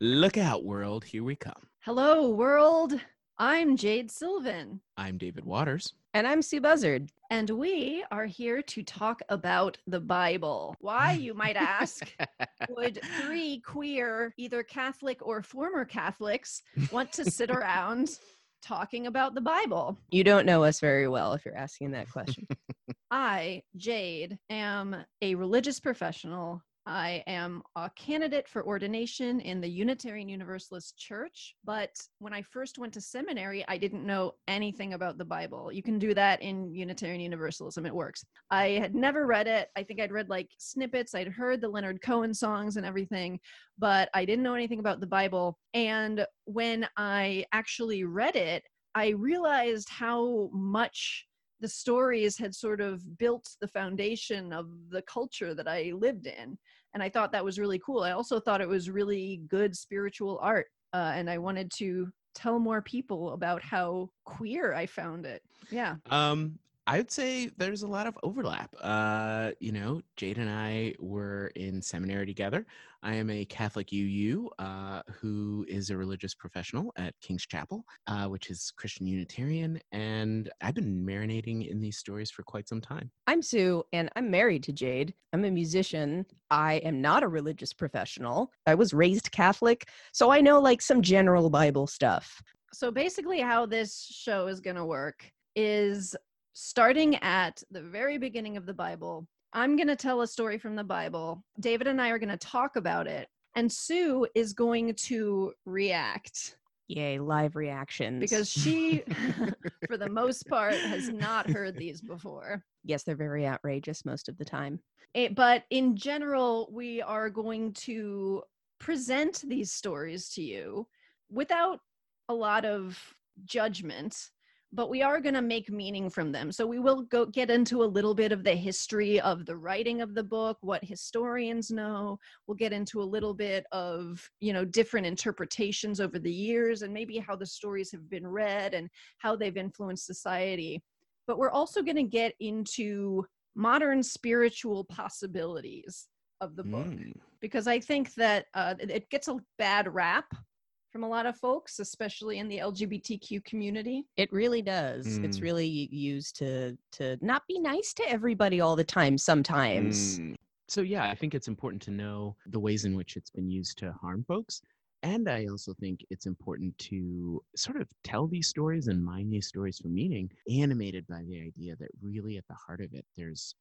Look out, world. Here we come. Hello, world. I'm Jade Sylvan, I'm David Waters. And I'm Sue Buzzard. and we are here to talk about the Bible. Why, you might ask, would three queer, either Catholic or former Catholics, want to sit around talking about the Bible? You don't know us very well if you're asking that question. I, Jade, am a religious professional. I am a candidate for ordination in the Unitarian Universalist Church, but when I first went to seminary, I didn't know anything about the Bible. You can do that in Unitarian Universalism, it works. I had never read it. I think I'd read like snippets, I'd heard the Leonard Cohen songs and everything, but I didn't know anything about the Bible. And when I actually read it, I realized how much the stories had sort of built the foundation of the culture that I lived in. And I thought that was really cool. I also thought it was really good spiritual art. Uh, and I wanted to tell more people about how queer I found it. Yeah. Um, I would say there's a lot of overlap. Uh, you know, Jade and I were in seminary together. I am a Catholic UU uh, who is a religious professional at King's Chapel, uh, which is Christian Unitarian, and I've been marinating in these stories for quite some time. I'm Sue, and I'm married to Jade. I'm a musician. I am not a religious professional. I was raised Catholic, so I know like some general Bible stuff. So basically, how this show is going to work is starting at the very beginning of the Bible. I'm going to tell a story from the Bible. David and I are going to talk about it. And Sue is going to react Yay, live reactions. because she, for the most part, has not heard these before. yes, they're very outrageous most of the time. Eh, but in general, we are going to present these stories to you without a lot of judgment, but we are going to make meaning from them. So we will go get into a little bit of the history of the writing of the book, what historians know. We'll get into a little bit of, you know, different interpretations over the years and maybe how the stories have been read and how they've influenced society. But we're also going to get into modern spiritual possibilities of the book Mm. because I think that uh, it- it gets a bad rap from a lot of folks, especially in the LGBTQ community. It really does. It's Mm. really used to to not be nice to everybody all the time sometimes. Mm. So yeah, I think it's important to know the ways in which it's been used to harm folks. And I also think it's important to sort of tell these stories and mine these stories for meaning, animated by the idea that really at the heart of it, there's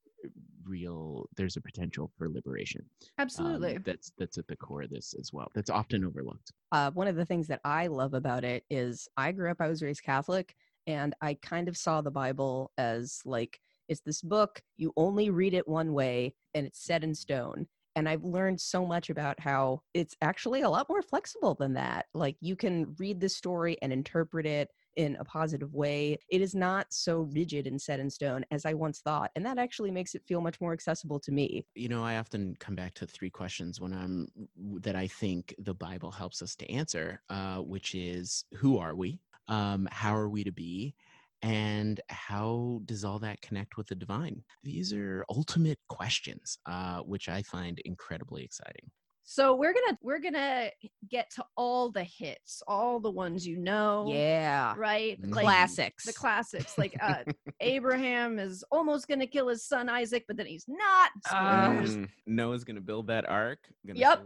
real, there's a potential for liberation. Um, Absolutely. that's that's at the core of this as well. That's often overlooked. uh, one of the things that I love about it is I grew up, I was raised Catholic, and I kind of saw the Bible as like, it's this book, you only read it one way, and it's set in stone. And I've learned so much about how it's actually a lot more flexible than that. Like, you can read the story and interpret it in a positive way. It is not so rigid and set in stone as I once thought. And that actually makes it feel much more accessible to me. you know i often come back to three questions when i'm w- that i think the bible helps us to answer uh, which is who are we um, how are we to be and how does all that connect with the divine these are ultimate questions uh, which i find incredibly exciting so we're gonna we're gonna get to all the hits, all the ones you know, Yeah. right? Mhm. Oh, Like, Classics. the classics, like uh, Abraham is almost gonna kill his son Isaac, but then he's not. Ah. Um. Spoilers. noah's gonna build that ark gonna Yep. a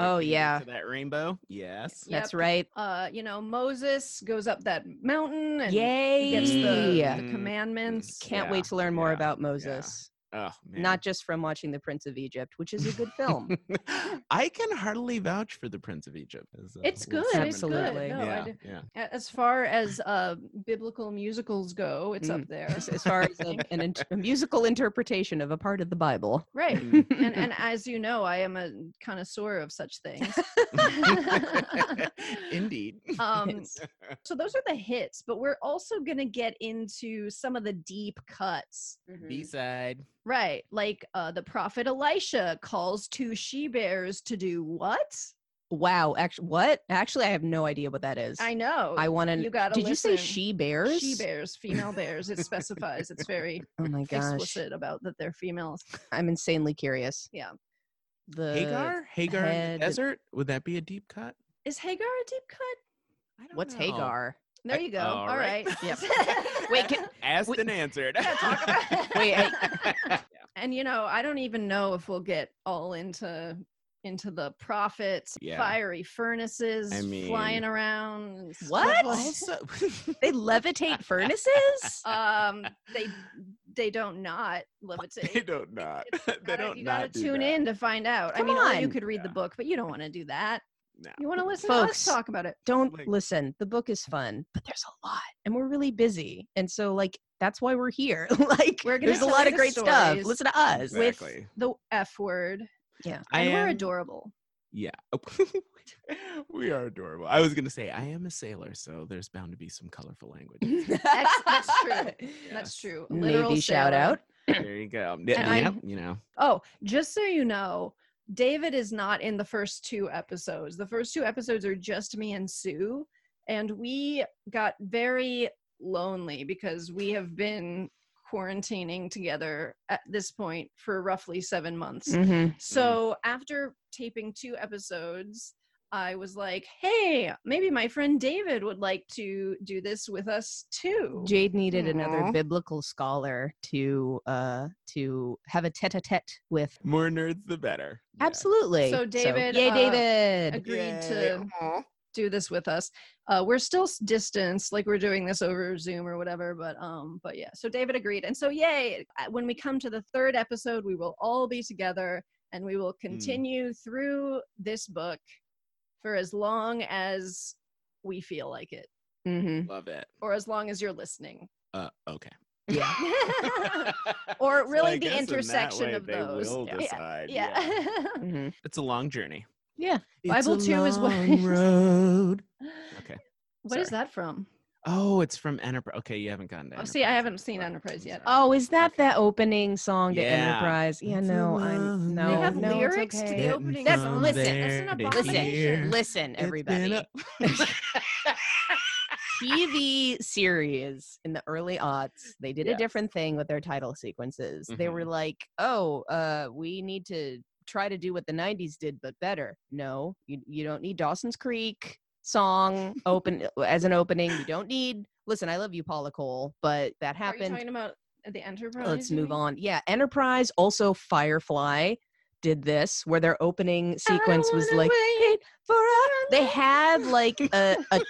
Oh, finger yeah. to that rainbow yes Yeah. That's Yep. right. uh, you know, Moses goes up that mountain and Yay. he gets the, the Mm. commandments. Can't Yeah, wait to learn more yeah, about Moses, oh not just from watching The Prince of Egypt, which is a good film. I can hardly vouch for the Prince of Egypt. as a It's whole good, it's separate good. thing. No, I yeah, do- yeah. A- As far as uh, biblical musicals go, it's Mm. up there. as, as far as a, an int- a musical interpretation of a part of the Bible. Right. Mm. And, and as you know, I am a connoisseur of such things. Indeed. um, Yes. so those are the hits, but we're also going to get into some of the deep cuts. B side. Right. Like uh, the prophet Elisha calls two she bears to do what? Wow. Actually, what? Actually, I have no idea what that is. I know. I want to. you gotta Did you say listen. she bears? She bears, female bears. It specifies. It's very Oh my gosh. explicit about that they're females. I'm insanely curious. the Hagar? Hagar in head- the desert? Would that be a deep cut? Is Hagar a deep cut? I don't What's know. Hagar? There I- you go. all All right. right. Yep. Wait, can- Asked Wait- and answered. Yeah, talk about- Wait, and you know, I don't even know if we'll get all into into the prophets, Yeah. fiery furnaces, I mean- flying around. and stuff What? like- Also- They levitate furnaces? um, they they don't not levitate. they don't not. They Gotta- don't you not gotta do tune that. in to find out. Come I mean, or you on. could read the Yeah. book, but you don't want to do that. No. You want to listen to us Folks. talk about it. Don't like- listen. The book is fun, but there's a lot, and we're really busy, and so like that's why we're here. like We're gonna there's a tell lot you of the great stuff. stories. Listen to us. With- Exactly. The F word. Yeah. I And we're am- adorable. Yeah. we are adorable. I was going to say, I am a sailor, so there's bound to be some colorful language. That's, that's true. Yes. That's true. A literal Navy shout sailor. out. there you go. Yeah, And I'm- yep, you know. Oh, just so you know, David is not in the first two episodes. The first two episodes are just me and Sue, and we got very lonely because we have been quarantining together at this point for roughly 7 months. Mm-hmm. So after taping two episodes, I was like, "Hey, maybe my friend David would like to do this with us too." Jade needed another Aw. biblical scholar to uh to have a tete-a-tete with. More nerds, the better. Yeah. Absolutely. So David, yay, uh, David. Agreed Yay. to Aw. do this with us. Uh, we're still s- distanced, like we're doing this over Zoom or whatever. But um, but yeah. So David agreed, and so yay! uh, When we come to the third episode, we will all be together, and we Hmm. will continue through this book for as long as we feel like it, Mm-hmm. Love it. or as long as you're listening. Uh, okay. Yeah. Or So really I the guess in that intersection way of they those. will Yeah. decide, yeah. hmm It's a long journey. Yeah. Bible it's a two is what- long road. Okay. What is Sorry. that from? Oh, it's from Enterprise. Okay, you haven't gotten to Oh, see, I Enterprise. haven't seen Sorry. Enterprise I'm yet. sorry. Oh, is that that opening song to Yeah. Enterprise? Yeah, It's a no, long I'm no. they have no, it's lyrics to okay. the Getting opening. That's- song. listen, there That's an to abomination. here. Listen, listen, It's everybody. been a- TV series in the early aughts, they did a Yes. different thing with their title sequences. They Mm-hmm. were like, "Oh, uh, we need to try to do what the '90s did, but better." No, you you don't need Dawson's Creek song open uh, as an opening. You don't need. Listen, I love you, Paula Cole, but that Are you happened. talking about the Enterprise? Let's you move mean? on. Yeah, Enterprise also Firefly did this where their opening I sequence was wanna like wait forever. they had like a a,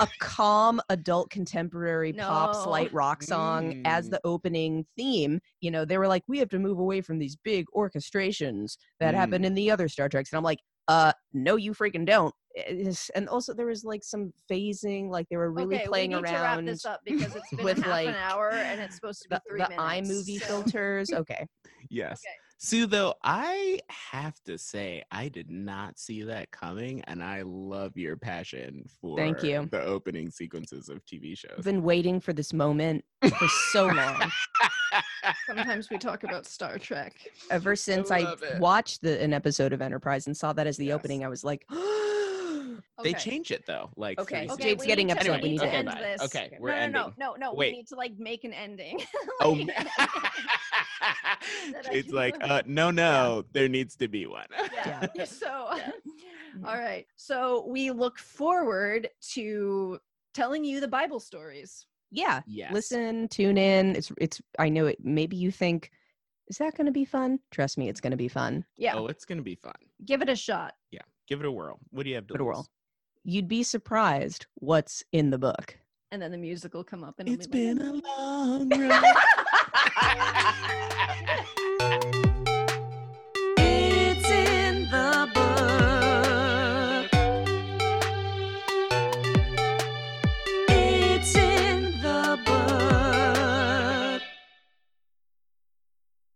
a calm adult contemporary pop No. slight rock song as Mm. the opening theme. You know, they were like, we have to move away from these big orchestrations that Mm. happened in the other Star Treks, and I'm like, uh, no, you freaking don't. It is- And also, there was like some phasing, like they were really okay, playing we need to wrap around this up because it's been with, half like, an hour and it's supposed to be the, three the minutes. iMovie so- filters. Okay, yes. Okay. Sue, though, I have to say, I did not see that coming, and I love your passion for Thank you. the opening sequences of TV shows. I've been waiting for this moment for so long. Sometimes we talk about Star Trek. ever since I, love it. watched the, an episode of Enterprise and saw that as the Yes. opening, I was like, They Okay. change it though. Like Okay. three seasons Okay, Jade's getting need to- upset. Anyway, We need to okay, end bye. this. Okay, we're no, no, ending. no, no, no. Wait. We need to like make an ending. Oh, Like- I it's can like, look. uh, no, no, there needs to be one. yeah. So, Yeah. Mm-hmm. all right. So we look forward to telling you the Bible stories. yeah, Yes. listen, tune in. It's it's. I know it. Maybe you think, is that going to be fun? Trust me, it's going to be fun. Yeah. Oh, it's gonna be fun. Give it a shot. Give it a whirl. What do you have to Give it a lose? whirl. You'd be surprised what's in the book. And then the music will come up and It's it'll be been like, a long road.